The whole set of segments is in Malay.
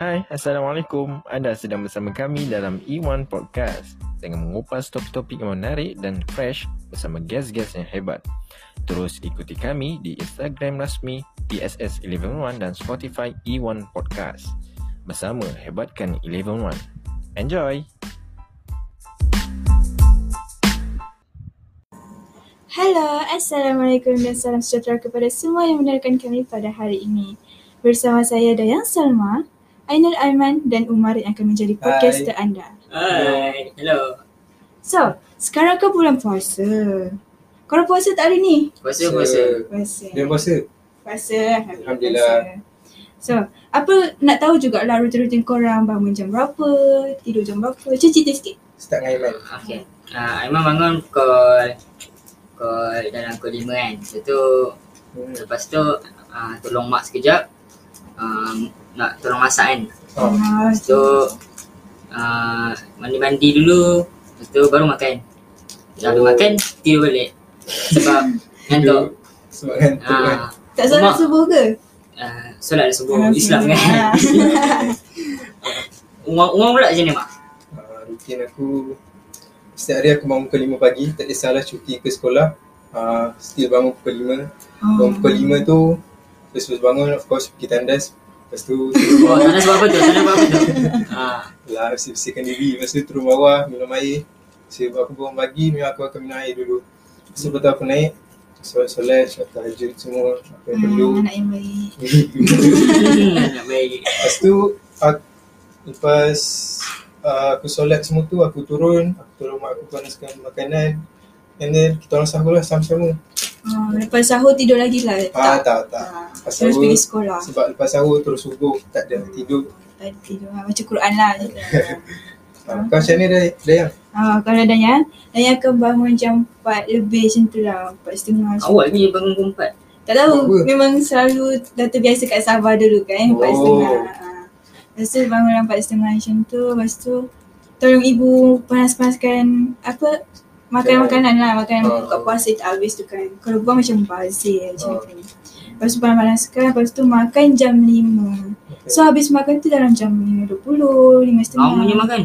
Hai, Assalamualaikum. Anda sedang bersama kami dalam E1 Podcast dengan mengupas topik-topik yang menarik dan fresh bersama guest-guest yang hebat. Terus ikuti kami di Instagram rasmi TSS 111 dan Spotify E1 Podcast. Bersama hebatkan 111. Enjoy! Halo, Assalamualaikum dan salam sejahtera kepada semua yang mendengarkan kami pada hari ini. Bersama saya Dayang Salma, Ainul Aiman dan Umar yang akan menjadi podcaster anda. Hai, hello. So, sekarang ke bulan puasa. Korang puasa tak hari ni? Puasa puasa. Puasa. Dia puasa. Puasa. Alhamdulillah. Ya. Alhamdulillah. puasa. So, apa nak tahu jugalah rutin-rutin korang bangun jam berapa, tidur jam berapa. Macam cerita sikit. Start dengan Iman. Okey. Ah, Aiman bangun pukul pukul dalam pukul 5 kan. Lepas tu Hmm. lepas tu ah, tolong mak sekejap. Um, nak tolong masak kan. Oh. Ah, Lepas tu ah, mandi-mandi dulu. Lepas tu baru makan. Dah Oh. makan tidur balik. Sebab ngantuk. Sebab kan tu kan. Ah, tak solat Mak. subuh ke? ah, solat dah subuh Islam kan. Umar, Umar pula macam ni mak? Uh, rutin aku setiap hari aku bangun pukul 5 pagi, tak kisahlah cuti ke sekolah. Uh, still bangun pukul 5. Bangun pukul Oh, 5 tu terus terus bangun of course pergi tandas. Lepas tu turun Oh, bawah, sana sebab apa tu? Sana sebab apa tu? Ah, lah bersih-bersihkan diri. Lepas tu turun bawah minum air. Sebab aku bangun pagi memang aku akan minum air dulu. Lepas tu lepas tu aku naik solat-solat, solat tahajud semua apa yang perlu. Hmm, anak yang baik. Hmm, nak baik. Lepas tu aku, lepas uh, aku solat semua tu aku turun, aku tolong mak aku panaskan makanan. And then kita orang sahur lah sama-sama. Ah, lepas sahur tidur lagi lah. Ah tak. tak tak. Ah, Lepas Terus sahur pergi sekolah. sebab lepas sahur terus subuh tak ada tidur. Tadi tidur lah. Macam Quran lah. Uh, kau macam ni dah dah yang. Ah, kalau Dayan, Dayan akan bangun jam 4 lebih macam tu lah. 4 setengah. macam- Awal ni bangun pukul 4. Tak tahu. Apa? Memang selalu dah terbiasa kat Sabah dulu kan. 4 Oh. setengah. Ah. Lepas tu bangun dalam 4 setengah macam tu. Lepas tu tolong ibu panas-panaskan apa Makanan. makan makanan lah makanan Ah. buka puasa tak habis tu kan kalau buang macam bazir macam Ah. tu lepas tu panas-panaskan lepas tu makan jam 5 So habis makan tu dalam jam 5.20, 5.30 Kamu punya Ah, makan.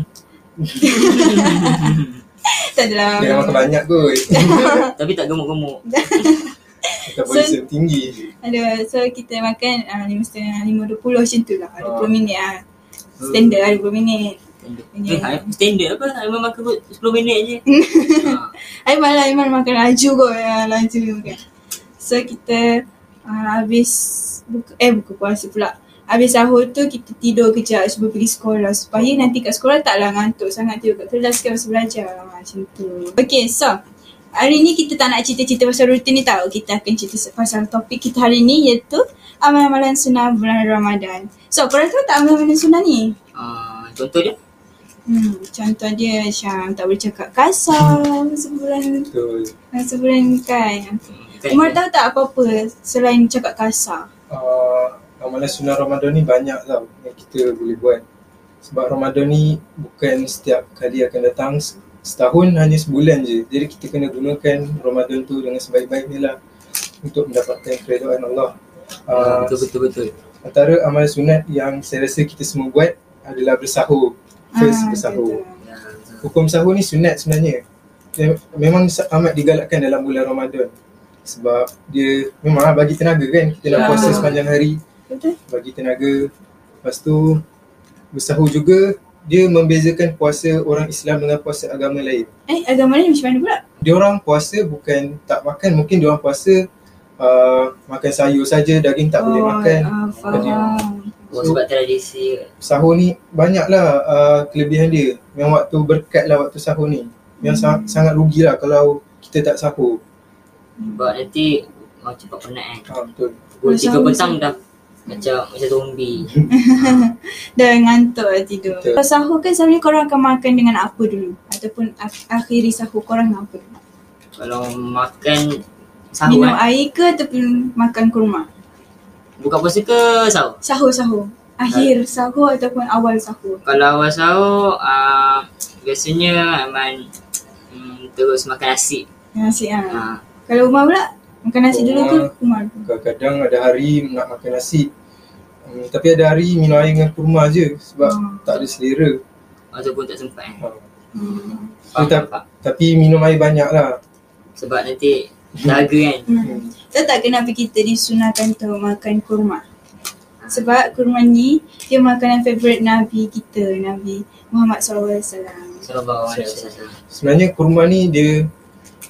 Tak adalah Jangan makan banyak kot. Tapi tak gemuk-gemuk. Metabolism tinggi. Ada, so kita makan uh, 5.30, 5.20 macam tu lah Ah. 20 minit lah Standard lah 20 minit Eh, I- standard apa? I memang makan kot 10 minit je. Ah, Aiman lah, Aiman makan laju kot uh, Laju kan So kita uh, habis buka, Eh buka puasa pula Habis sahur tu kita tidur kejap sebelum pergi sekolah Supaya nanti kat sekolah taklah ngantuk sangat tidur kat kelas kan masa belajar ha, Macam tu Okay so Hari ni kita tak nak cerita-cerita pasal rutin ni tau Kita akan cerita se- pasal topik kita hari ni iaitu Amalan-amalan sunnah bulan Ramadan So korang tahu tak amalan-amalan sunnah ni? ah, Contoh dia? Hmm, contoh dia macam tak boleh cakap kasar sebulan Betul. sebulan kan Kan? Umar tahu tak apa-apa selain cakap kasar? uh, amalan sunnah Ramadan ni banyak tau yang kita boleh buat. Sebab Ramadan ni bukan setiap kali akan datang Se- setahun hanya sebulan je. Jadi kita kena gunakan Ramadan tu dengan sebaik-baiknya lah untuk mendapatkan keredaan Allah. Uh, Ah, Betul betul betul. antara amalan sunat yang saya rasa kita semua buat adalah bersahur. First Ah, bersahur. Ya, betul. Hukum sahur ni sunat sebenarnya. Dia memang sa- amat digalakkan dalam bulan Ramadan. Sebab dia memang bagi tenaga kan. Kita nak Ya. puasa sepanjang hari Betul? bagi tenaga. Lepas tu bersahur juga dia membezakan puasa orang Islam dengan puasa agama lain. Eh agama ni macam mana pula? Dia orang puasa bukan tak makan, mungkin dia orang puasa uh, makan sayur saja, daging tak boleh makan. Ah, faham. Oh, sebab tradisi. Sahur ni banyaklah uh, kelebihan dia. Yang waktu berkat lah waktu sahur ni. Yang sa- sangat rugilah kalau kita tak sahur. Sebab nanti oh, cepat penat Ha, kan. betul. Pukul Macam- 3 petang dah macam macam zombie. Dah ngantuk lah tidur. Betul. Kalau sahur kan sebenarnya korang akan makan dengan apa dulu? Ataupun ak- akhiri sahur korang dengan apa dulu? Kalau makan sahur Minum kan. air ke ataupun makan kurma? Buka puasa ke sahur? Sahur-sahur. Akhir sahur ataupun awal sahur? Kalau awal sahur, uh, biasanya Aiman mm, terus makan nasi. Nasi ah. Ha. Kalau Umar pula? Makan nasi dulu ke? Umar. Kadang-kadang ada hari nak makan nasi. Hmm, tapi ada hari minum air dengan kurma je sebab Hmm. tak ada selera. Ataupun tak sempat kan. Ha. Hmm. Faham, Kita- faham. Tapi minum air banyak lah. Sebab nanti dahaga kan. Hmm. Tahu tak kenapa kita disunahkan tu makan kurma? Sebab kurma ni dia makanan favourite Nabi kita, Nabi Muhammad SAW. Sallallahu alaihi wasallam. Sebenarnya kurma ni dia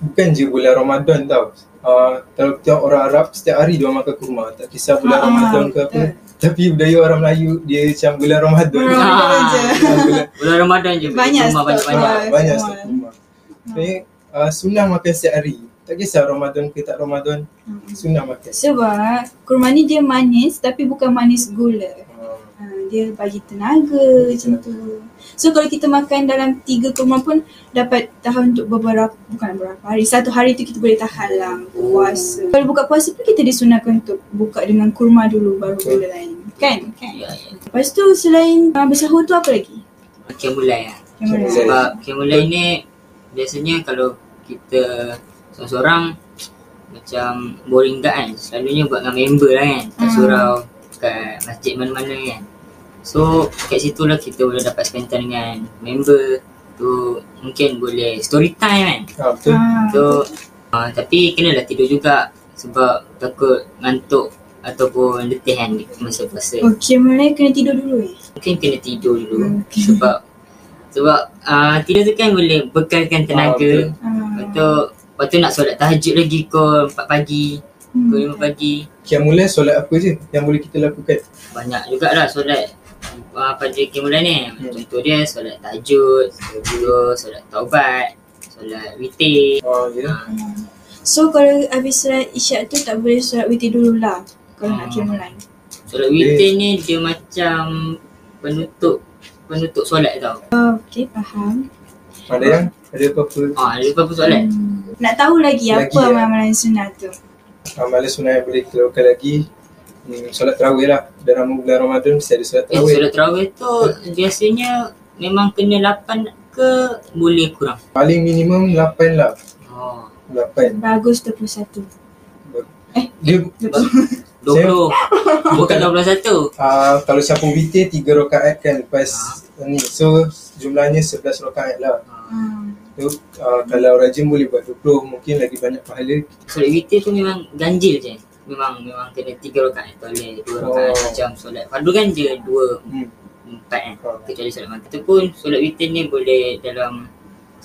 bukan je bulan Ramadan tau. Uh, kalau kita orang Arab setiap hari dia orang makan kurma. Tak kisah bulan Ah, Ramadan ke apa. betul. Hmm. Tapi budaya orang Melayu dia macam bulan Ramadan. Bulan Ramadan je. bulan, Bulan Ramadan je beli Banyak kurma stok banyak-banyak. Ah, banyak semua. setiap kurma. Sebenarnya uh, sunnah makan setiap hari. Tak kisah Ramadan ke tak Ramadan, Hmm. sunnah makan. Sebab kurma ni dia manis tapi bukan manis gula. Uh, Ha, dia bagi tenaga macam tu. So kalau kita makan dalam tiga kurma pun dapat tahan untuk beberapa, bukan berapa hari. Satu hari tu kita boleh tahan lah puasa. Kalau buka puasa pun kita disunahkan untuk buka dengan kurma dulu baru Betul. benda lain. Kan? Kan? Ya, ya. Lepas tu selain uh, bersahur tu apa lagi? Makin mulai lah. Yang mana? Sahur. Sebab Kemulai ni biasanya kalau kita seorang-seorang macam boring tak kan. Selalunya buat dengan member lah kan. Kat Hmm. surau, kat masjid mana-mana kan. So kat situ lah kita boleh dapat spend time dengan member tu mungkin boleh story time kan. uh, betul. Ah, So uh, tapi kenalah tidur juga sebab takut ngantuk ataupun letih kan masa puasa. Okey, mulai kena tidur dulu eh. Mungkin kena tidur dulu Okay. sebab sebab uh, tidur tu kan boleh bekalkan tenaga. Ah. lepas tu lepas tu nak solat tahajud lagi kau 4 pagi, Hmm. kau 5 pagi. Yang mula solat apa je yang boleh kita lakukan. Banyak jugalah solat uh, pada kimulan ni. Contoh dia solat tahajud, solat dulu, solat taubat, solat witir. Uh, ya. Uh, So kalau habis solat isyak tu tak boleh solat witir dulu lah. Kalau nak Ah. kira mulai. solat witir ni dia macam penutup penutup solat tau. Okey, faham. Ada yang kan? ada apa-apa Ah, ada apa-apa solat? Hmm. Nak tahu lagi, Lagi, apa ya. amalan sunnah tu? amalan sunnah yang boleh kita lakukan lagi hmm, solat tarawih lah dalam bulan Ramadan mesti ada solat Eh, tarawih solat tarawih tu biasanya memang kena 8 ke boleh kurang? paling minimum 8 lah Oh. 8 Bagus 21. Eh. dia Dua 20 Bukan 21 uh, kalau siapa witir 3 rakaat kan lepas ni so jumlahnya 11 rakaat lah Ah, Hmm. so, uh, kalau rajin boleh buat 20 mungkin lagi banyak pahala Solat witir tu memang ganjil je Memang memang kena tiga rakaat tak boleh dua rakaat Oh. macam solat fardu kan je dua hmm. empat kan Oh. kecuali solat maghrib tu pun solat witir ni boleh dalam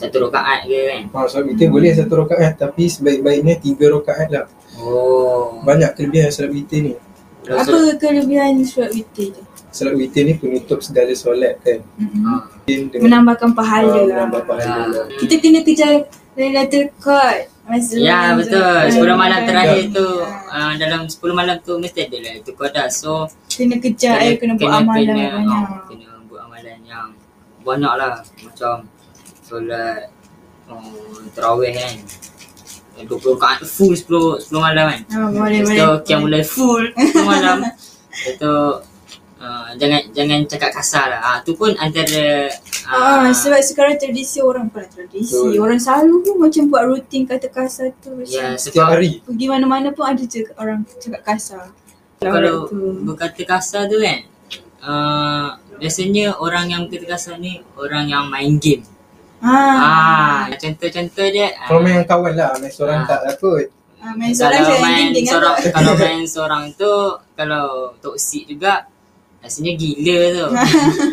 satu rakaat je kan Uh, solat witir boleh satu rakaat tapi sebaik-baiknya 3 rakaat lah oh banyak kelebihan solat witir ni Kalau Ah. solat- Apa kelebihan solat witir tu? solat witir ni penutup segala solat kan Mm-mm. Ah. Mungkin dengan Menambahkan pahala uh, lah. menambah pahala Ya. lah Kita kena kejar Lailatul Qadar. Masa Ya bulan betul. Zulhijjah. 10 malam terakhir tu Ya. uh, dalam 10 malam tu mesti ada lah tu qada. So Kena kejar, eh, kena, buat amalan kena, banyak. Oh, kena buat amalan yang banyak lah macam solat oh, tarawih kan. Eh, 20 rakaat full 10 10 malam kan. Ah, boleh, Lepas boleh. tu kiam mulai full 10 malam. Lepas tu uh, jangan jangan cakap kasar lah. Ah tu pun antara Ah, ah, sebab sekarang tradisi orang pula tradisi. Betul. Orang selalu pun macam buat rutin kata kasar tu ya macam setiap sebab hari pergi mana-mana pun ada je orang cakap kasar. kalau tu. berkata kasar tu kan uh, biasanya orang yang berkata kasar ni orang yang main game. Ah. Ah, contoh-contoh dia. ah, kalau main dengan kawan lah main seorang Ah. tak takut ah. main seorang je kan. kalau main ending dengan seorang kalau main seorang tu kalau toksik juga rasanya gila tu.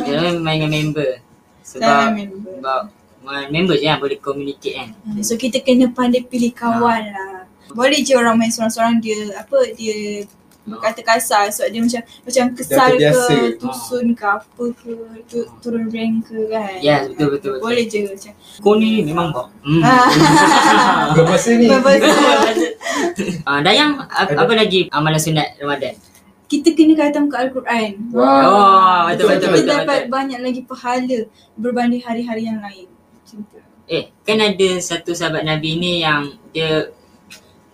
Dia main dengan member. Sebab Dalam member. sebab main member je kan boleh communicate kan. Ah, So kita kena pandai pilih kawan lah. Boleh je orang main seorang-seorang dia apa dia kata kasar sebab dia macam macam kesal ke, terbiasa. tusun ke apa ke, tu, turun rank ke kan. Ya, betul, betul, betul. Boleh je macam. Kau ni memang kau. Hmm. Ah. Bulan puasa ni Berbeza. Ah, Dayang apa, Ada. apa lagi amalan sunat Ramadan? kita kena khatam ke Al-Quran. Wow. Oh, betul Sebab betul kita betul. dapat betul. banyak lagi pahala berbanding hari-hari yang lain. Macam tu. Eh, kan ada satu sahabat Nabi ni yang dia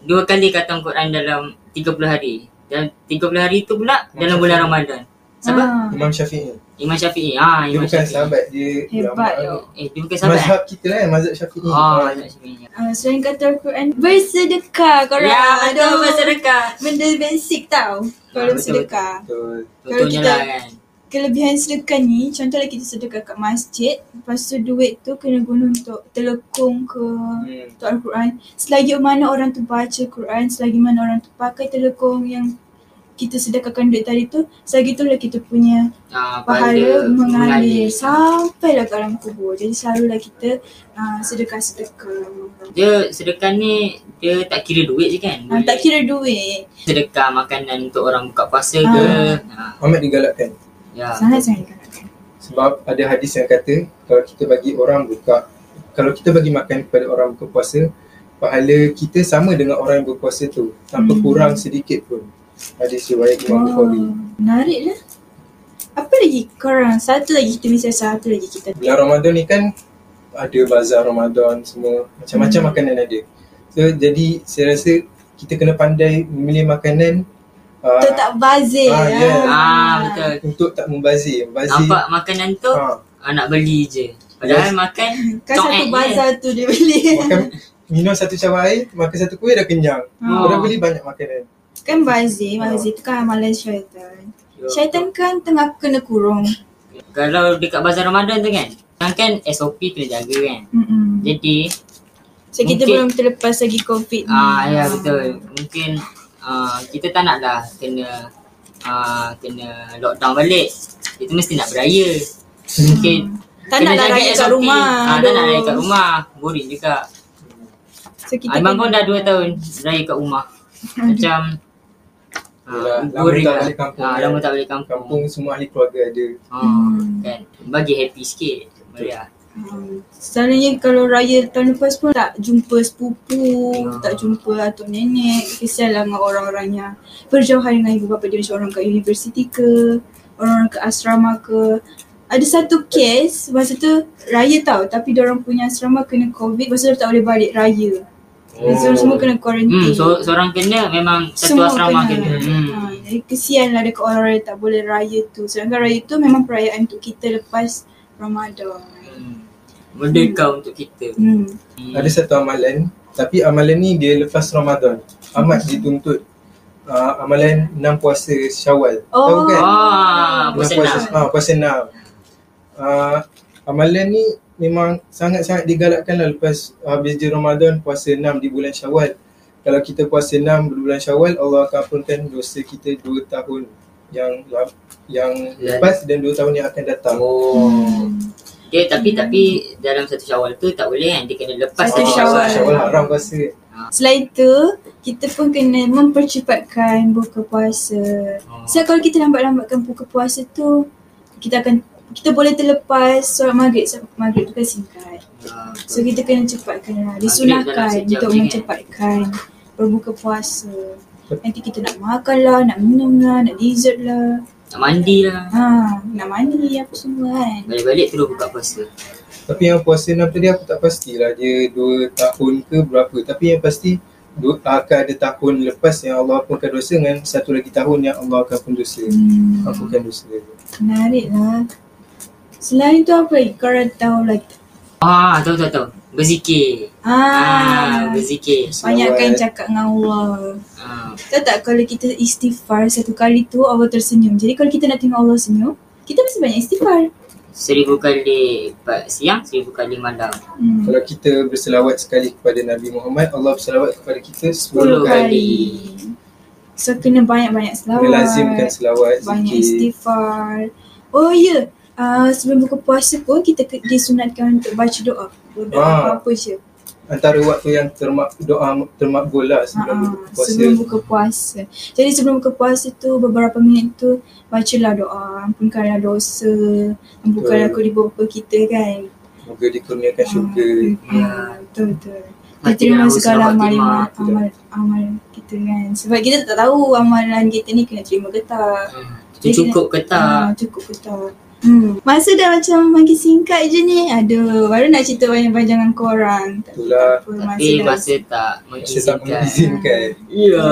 dua kali khatam Quran dalam 30 hari. Dan 30 hari tu pula Imam dalam bulan Syafi'i. Ramadan. Sebab Ah. Imam Syafi'i Imam Syafi'i. Ha, Dia Imam bukan Syafi'i. sahabat Dia Hebat ulama. yo. Eh, dia bukan sahabat. Mazhab kita lah Mazhab Syafi'i Eh? Oh, Ah, Imam Syafi'i. Uh, selain kata Al-Quran, bersedekah korang. Ya, betul Aduh, bersedekah. Ah, Benda basic tau. Kalau betul, sedekah. Betul. Kalau Contohnya kita- lah kan Kelebihan sedekah ni, contohlah kita sedekah kat masjid, lepas tu duit tu kena guna untuk telekung ke Hmm. untuk Al-Quran. Selagi mana orang tu baca Quran, selagi mana orang tu pakai telekung yang kita sedekahkan duit tadi tu, selagi itulah kita punya ah, pahala mengalir sampailah ke alam kubur. Jadi selalulah kita uh, sedekah-sedekah. Dia sedekah ni Dia tak kira duit je kan Uh, tak kira duit. Sedekah makanan untuk orang buka Ah. puasa ke ah. Amat digalakkan. Ya Sangat-sangat galakkan. Sebab ada hadis yang kata kalau kita bagi orang buka kalau kita bagi makan kepada orang buka puasa pahala kita sama dengan orang yang berpuasa tu Hmm. Oh. tanpa hmm. kurang sedikit pun. Hadis riwayat Imam Wow, Bukhari. menarik lah. Apa lagi korang? Satu lagi kita misal satu lagi kita. Bulan Ramadan ni kan ada bazar Ramadan semua macam-macam Hmm. makanan ada. So jadi saya rasa kita kena pandai memilih makanan uh, Tu tak bazir. Ah, lah. ya. Ah betul untuk tak membazir. Membazir. Nampak makanan tu Ha, ah, nak beli je Yes. Padahal makan Kan satu Congek je. bazar tu dia beli. makan minum satu cawan air, makan satu kuih dah kenyang. Ah. Hmm. Orang beli banyak makanan. Kan bazir, bazir tu kan amalan syaitan. Ya. Syaitan kan tengah kena kurung. Kalau dekat bazar Ramadan tu kan Orang kan SOP kena jaga kan Mm-mm. Jadi So kita Mungkin- belum terlepas lagi covid ni. ah ya betul Mungkin ah, kita tak nak lah kena ah, Kena lockdown balik Kita mesti nak beraya Mungkin Tak nak lah raya kat rumah. Ah, tak aduh. nak raya kat rumah. Boring juga. So kita Abang kena- pun dah 2 tahun raya kat rumah. Macam Yelah, ah, lama tak balik kampung Ah, kan? lama tak balik kampung. Kampung semua ahli keluarga ada. Ah, Hmm. kan. Bagi happy sikit. lah. Maria. Hmm, Selalunya kalau raya tahun lepas pun tak jumpa sepupu, Ya. tak jumpa atuk nenek. Kesianlah dengan orang-orang yang berjauhan dengan ibu bapa dia macam orang kat universiti ke, orang kat asrama ke. Ada satu kes masa tu raya tau tapi dia orang punya asrama kena covid masa tu tak boleh balik raya. Oh. So semua kena Hmm, kuarantin. so seorang kena memang satu Semua asrama kena. kena. Ha, Hmm. jadi kesianlah dekat orang-orang yang tak boleh raya tu. Sedangkan raya tu memang perayaan untuk kita lepas Ramadan. Hmm. Merdeka untuk kita. Hmm. Ada satu amalan, tapi amalan ni dia lepas Ramadan. Amat dituntut. Uh, amalan enam puasa Syawal. Oh. Tahu kan? Ah, Enam puasa puasa, enam. ha, puasa enam. Uh, amalan ni memang sangat-sangat digalakkan lah lepas habis je Ramadan puasa enam di bulan Syawal. Kalau kita puasa enam di bulan Syawal, Allah akan ampunkan dosa kita dua tahun yang yang Dan- lepas dan dua tahun yang akan datang. Oh. Dia tapi tapi dalam satu Syawal tu tak boleh kan dia kena lepas Satu Ah, dari Syawal. Syawal haram puasa. Selain tu, kita pun kena mempercepatkan buka puasa. Oh. So kalau kita lambat-lambatkan buka puasa tu, kita akan kita boleh terlepas solat maghrib sebab maghrib tu kan singkat. Ah, So kita kena cepatkan lah. Disunahkan Maghrib dalam sejam untuk je kan? mencepatkan berbuka puasa. Nanti kita nak makan lah, nak minum lah, nak dessert lah. Nak mandi lah. Ha, nak mandi apa semua kan. Balik-balik terus buka puasa. Tapi yang puasa enam tadi aku tak pastilah dia dua tahun ke berapa. Tapi yang pasti dua, akan ada tahun lepas yang Allah ampunkan dosa dengan satu lagi tahun yang Allah akan pun dosa. Hmm. Ampunkan dosa. Menarik lah. Selain tu apa lagi? Korang tahu lagi? Ah, tahu tahu tahu. Berzikir. Ah, Ah, berzikir. banyakkan Selawat. cakap dengan Allah. Ah, Tahu tak kalau kita istighfar satu kali tu Allah tersenyum. Jadi kalau kita nak tengok Allah senyum, kita mesti banyak istighfar. seribu kali pa- siang, seribu kali malam. Hmm. Kalau kita berselawat sekali kepada Nabi Muhammad, Allah berselawat kepada kita sepuluh Sepuluh kali. So kena banyak-banyak Kena selawat. lazimkan selawat, Banyak zikir. istighfar. Oh ya, yeah. uh, sebelum buka puasa pun kita ke- disunatkan untuk baca doa. Doa Ah. apa-apa je. Antara waktu yang termak, doa termakbul lah sebelum Ha, buka puasa. sebelum buka puasa. Jadi sebelum buka puasa tu beberapa minit tu bacalah doa, ampunkanlah dosa, ampunkanlah Betul. kelibu bapa kita kan. Moga dikurniakan syurga. Ya, betul betul. Kita terima Hati yang segala husnul amalan khatimah. amal amal kita kan. Sebab kita tak tahu amalan kita ni kena terima ke tak. Hmm. Tu cukup ke Ha, tak? cukup ke tak. Hmm. Masa dah macam makin singkat je ni. Aduh, baru nak cerita banyak-banyak dengan korang. Tak Itulah. apa, masa Tapi dah. masa tak Saya tak mengizinkan. mengizinkan. Ya.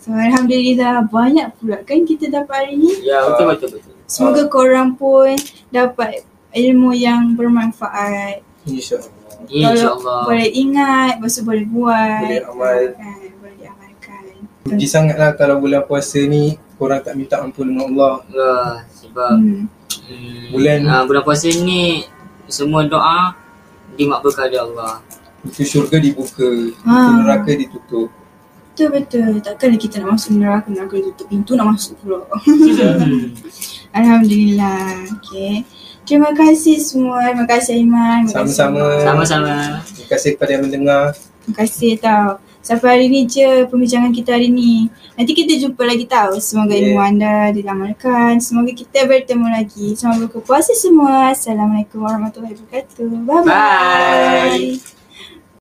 So, Alhamdulillah banyak pula kan kita dapat hari ni. Ya, betul betul betul. Semoga korang pun dapat ilmu yang bermanfaat. InsyaAllah. Kalau Insya-Allah. Boleh ingat, lepas tu boleh buat. Boleh amal. Kan, boleh diamalkan. Rugi sangatlah kalau bulan puasa ni korang tak minta ampun dengan Allah. Lah, sebab Hmm. hmm, Bulan- ah, bulan puasa ni semua doa dimakbulkan oleh Allah. Itu syurga dibuka, itu Ah. neraka ditutup. Betul betul. Takkanlah kita nak masuk neraka, neraka tutup pintu nak masuk pula. Ya. Hmm. Alhamdulillah. Okay. Terima kasih semua. Terima kasih Aiman. Terima kasih Sama-sama. Aiman. Sama-sama. Terima kasih kepada yang mendengar. Terima kasih tau. Sampai hari ni je perbincangan kita hari ni. Nanti kita jumpa lagi tau. Semoga Yeah. ilmu anda dilamalkan. Semoga kita bertemu lagi. Selamat berpuasa semua. Assalamualaikum warahmatullahi wabarakatuh. Bye-bye. Bye. Bye.